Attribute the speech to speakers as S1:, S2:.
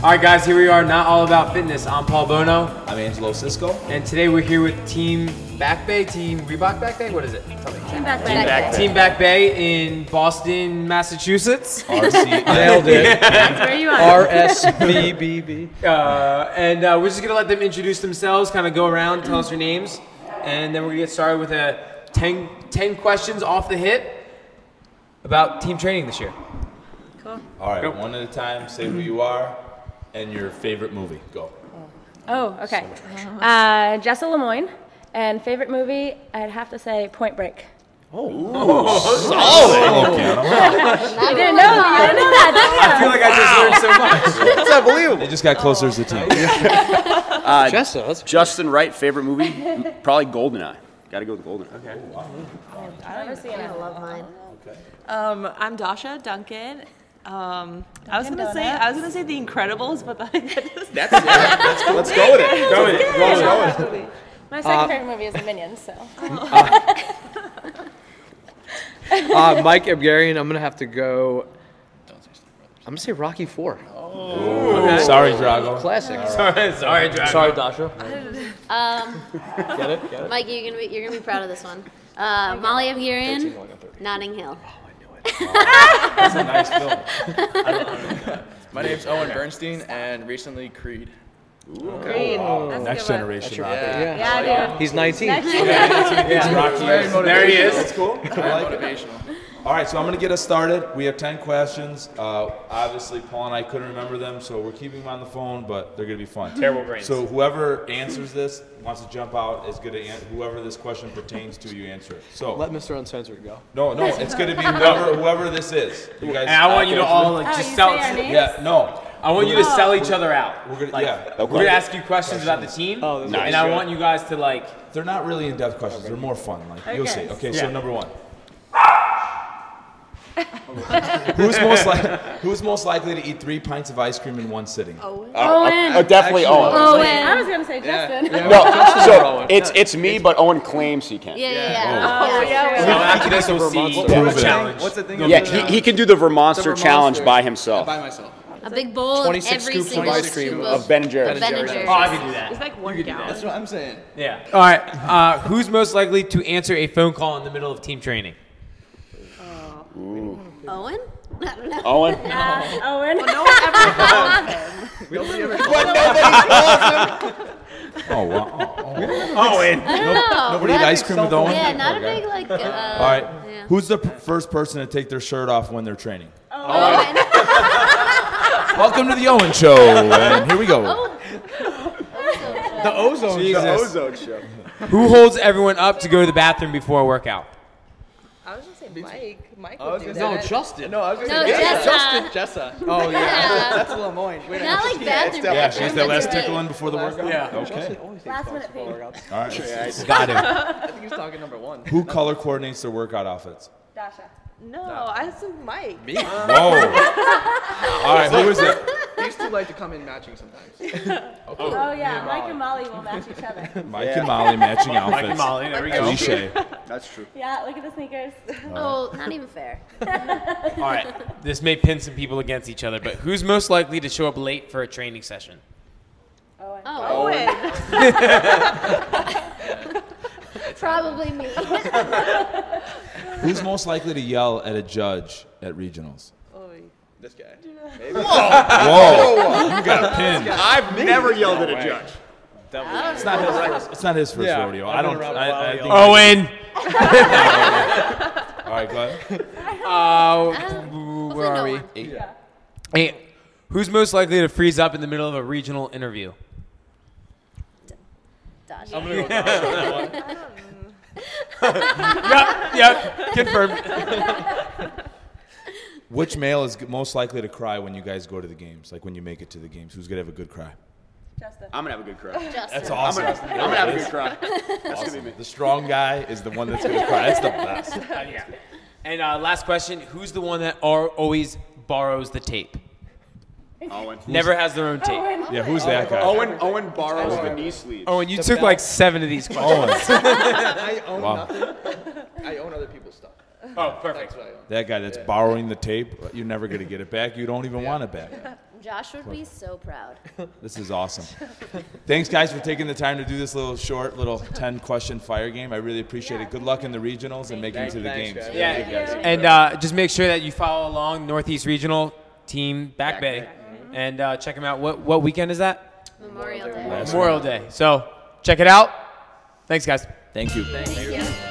S1: All right, guys, here we are. Not all about fitness. I'm Paul Bono,
S2: I'm Angelo Cisco.
S1: and today we're here with Team Back Bay, Team Reebok Back Bay. What is it? Tell me.
S3: Team back
S4: back
S1: Team Back Bay in Boston, Massachusetts.
S2: RC.
S4: Nailed it.
S3: That's where you are.
S4: RSVBB.
S1: Uh, and uh, we're just gonna let them introduce themselves, kind of go around, tell us your names, and then we're gonna get started with a 10, 10 questions off the hip about team training this year.
S3: Cool.
S2: All right,
S1: Go.
S2: one at a time. Say who you are and your favorite movie. Go.
S3: Oh, okay. Uh, Jessa Lemoyne, and favorite movie, I'd have to say Point Break. Oh. You didn't know, you didn't know that,
S1: I feel like I just learned so much.
S4: That's unbelievable.
S2: They just got closer as a team.
S4: Jessa, that's
S5: Justin Wright, favorite movie? Probably Goldeneye. Got to go with Goldeneye.
S6: I love mine.
S7: Um, I'm Dasha Duncan. Um, I was gonna say I was gonna say The Incredibles, but that, that doesn't
S5: That's it. Let's, go- let's go with it. Go with it. Roll it.
S3: My second favorite movie is The Minions, so.
S4: uh, Mike Abgarian. I'm gonna have to go. I'm gonna say Rocky Four.
S2: Sorry, Drago.
S4: Classic.
S1: Sorry, Dragon.
S4: Sorry, Dasha.
S6: Um,
S4: Get it? Get it?
S6: Mike, you're gonna be you're gonna be proud of this one. Uh, Molly Abgiran, Notting Hill.
S2: That's a nice film.
S8: My name's Owen Bernstein, and recently Creed. Uh,
S2: Next generation. Rocky.
S3: Yeah, dude.
S4: He's 19.
S2: Rocky is-
S1: There he is.
S2: That's cool. I like it.
S8: Motivational.
S2: All right, so I'm going to get us started. We have 10 questions. Uh, obviously, Paul and I couldn't remember them, so we're keeping them on the phone, but they're going to be fun.
S1: Terrible brains.
S2: So whoever answers this, wants to jump out, is going to an- whoever this question pertains to, you answer it. So
S4: Let Mr. Uncensored go.
S2: no, no, it's going to be whoever whoever this is. You guys.
S1: And I want you to all like,
S3: Oh,
S1: just
S3: you
S1: sell.
S3: say our names?
S2: Yeah. No.
S1: I want you to sell each other out.
S2: We're gonna.
S1: Like,
S2: yeah.
S1: we're gonna ask you questions about the team,
S4: Oh, that's
S1: and I want you guys to like.
S2: They're not really in-depth questions. They're more fun. Like you'll see.
S3: Okay.
S2: Okay,
S1: Yeah.
S2: so number one. who's most likely? Who's most likely to eat three pints of ice cream in one sitting?
S3: Owen.
S5: Oh, definitely Owen.
S3: Owen. I was gonna say Justin.
S5: No, so it's it's me, but Owen claims he can.
S6: Yeah,
S5: Yeah,
S6: yeah, yeah.
S1: No,
S3: yeah.
S1: after this, we'll see.
S2: Vermont-
S1: a challenge.
S8: What's the thing?
S5: he, he can do the Vermonster
S8: The Vermonster.
S5: challenge by himself.
S8: By myself.
S6: A big bowl of every
S4: 26
S6: single
S4: scoops of ice
S6: scoop
S4: cream
S6: of
S5: Of Ben and Jerry's.
S6: Ben and
S1: Oh, I
S6: Jerry's.
S1: could do that.
S7: it's like one gallon.
S8: That's what I'm saying.
S1: Yeah. All right. Uh, who's most likely to answer a phone call in the middle of team training?
S6: Owen? I don't know.
S5: Owen.
S3: Owen.
S7: No one ever calls him.
S2: Oh wow. Oh, oh.
S5: Owen.
S2: Nobody eat ice cream with Owen.
S6: Yeah, not a
S2: Okay.
S6: big like. Uh,
S2: All right.
S6: Yeah.
S2: Who's the p- first person to take their shirt off when they're training?
S6: uh, Owen.
S2: Welcome to the Owen Show, and here we go.
S6: Oh,
S4: The ozone.
S1: Jesus.
S5: Ozone show.
S1: Who holds everyone up to go to the bathroom before a workout?
S7: I was gonna say Mike. Mike
S8: Oh, I was gonna
S4: No,
S8: say
S4: Justin.
S8: No, I was gonna
S6: No,
S8: say
S6: Jessa.
S8: Jessa. Jessa.
S4: Oh yeah.
S8: That's Lemoyne. Wait,
S6: Not like bathroom.
S2: Yeah,
S6: break
S2: she's
S6: room,
S2: the
S6: that's
S2: last
S6: right.
S2: tickle in before the workout.
S1: Yeah.
S2: Okay.
S3: Last minute thing.
S2: All right.
S1: Got him.
S8: I think he was talking number one.
S2: Who color coordinates their workout outfits?
S3: Dasha.
S7: No, I said Mike.
S8: Me? I
S2: Whoa. All right. Who is it?
S8: used to like to come in matching sometimes.
S3: Oh, yeah. Mike and Molly will match each other.
S2: Mike and Molly matching outfits.
S1: Molly, there we go.
S2: Cliche.
S5: That's true.
S3: Yeah, look at the sneakers.
S6: Oh, not even fair.
S3: Oh
S1: All right. This may pin some people against each other, but who's most likely to show up late for a training session?
S3: Owen.
S6: Oh,
S7: Owen.
S6: probably me. Uh,
S2: Who's most likely to yell at a judge at regionals?
S8: This guy.
S2: Whoa. you got a pin.
S5: I've never yelled at a judge.
S2: It's not his first, it's not his first
S4: Yeah,
S2: rodeo.
S4: I've
S2: I
S4: been
S2: don't.
S4: around a
S2: I,
S4: while, y'all.
S2: I think.
S1: Owen.
S2: All right. Go ahead.
S1: Uh,
S6: Hopefully
S1: where
S6: no
S1: are we?
S6: one.
S1: Hey, who's most likely to freeze up in the middle of a regional interview?
S6: Dodge.
S1: Yep, yep, confirmed.
S2: Which male is g- most likely to cry when you guys go to the games? Like when you make it to the games, who's gonna have a good cry?
S3: Justin.
S5: I'm gonna have a good cry.
S2: That's
S6: Justin.
S2: awesome.
S5: I'm gonna have a good cry. That's gonna be me.
S2: The strong guy is the one that's gonna cry. That's the best.
S1: yeah. And uh, last question: Who's the one that are, always borrows the tape?
S5: Owen.
S1: Never has their own tape.
S3: Owen.
S2: Yeah. Who's that guy?
S4: Oh.
S5: Owen. Owen borrows the knee sleeves.
S1: Oh, and you took like seven of these questions.
S2: Owen.
S8: I own
S2: Wow.
S8: nothing. I own other people's stuff.
S1: Oh, perfect.
S2: That guy that's borrowing the tape, you're never going to get it back. You don't even want it back.
S6: Josh would be so proud.
S2: This is awesome. Thanks, guys, for taking the time to do this little short, little 10 question fire game. I really appreciate it. Good luck in the regionals and making it to the
S8: Thanks,
S2: games.
S8: guys.
S1: Yeah, and uh, just make sure that you follow along Northeast Regional Team Back Bay, and uh, check them out. What what weekend is that?
S6: Memorial Day.
S1: Memorial Day. So check it out. Thanks, guys.
S2: Thank you.
S6: Thank you.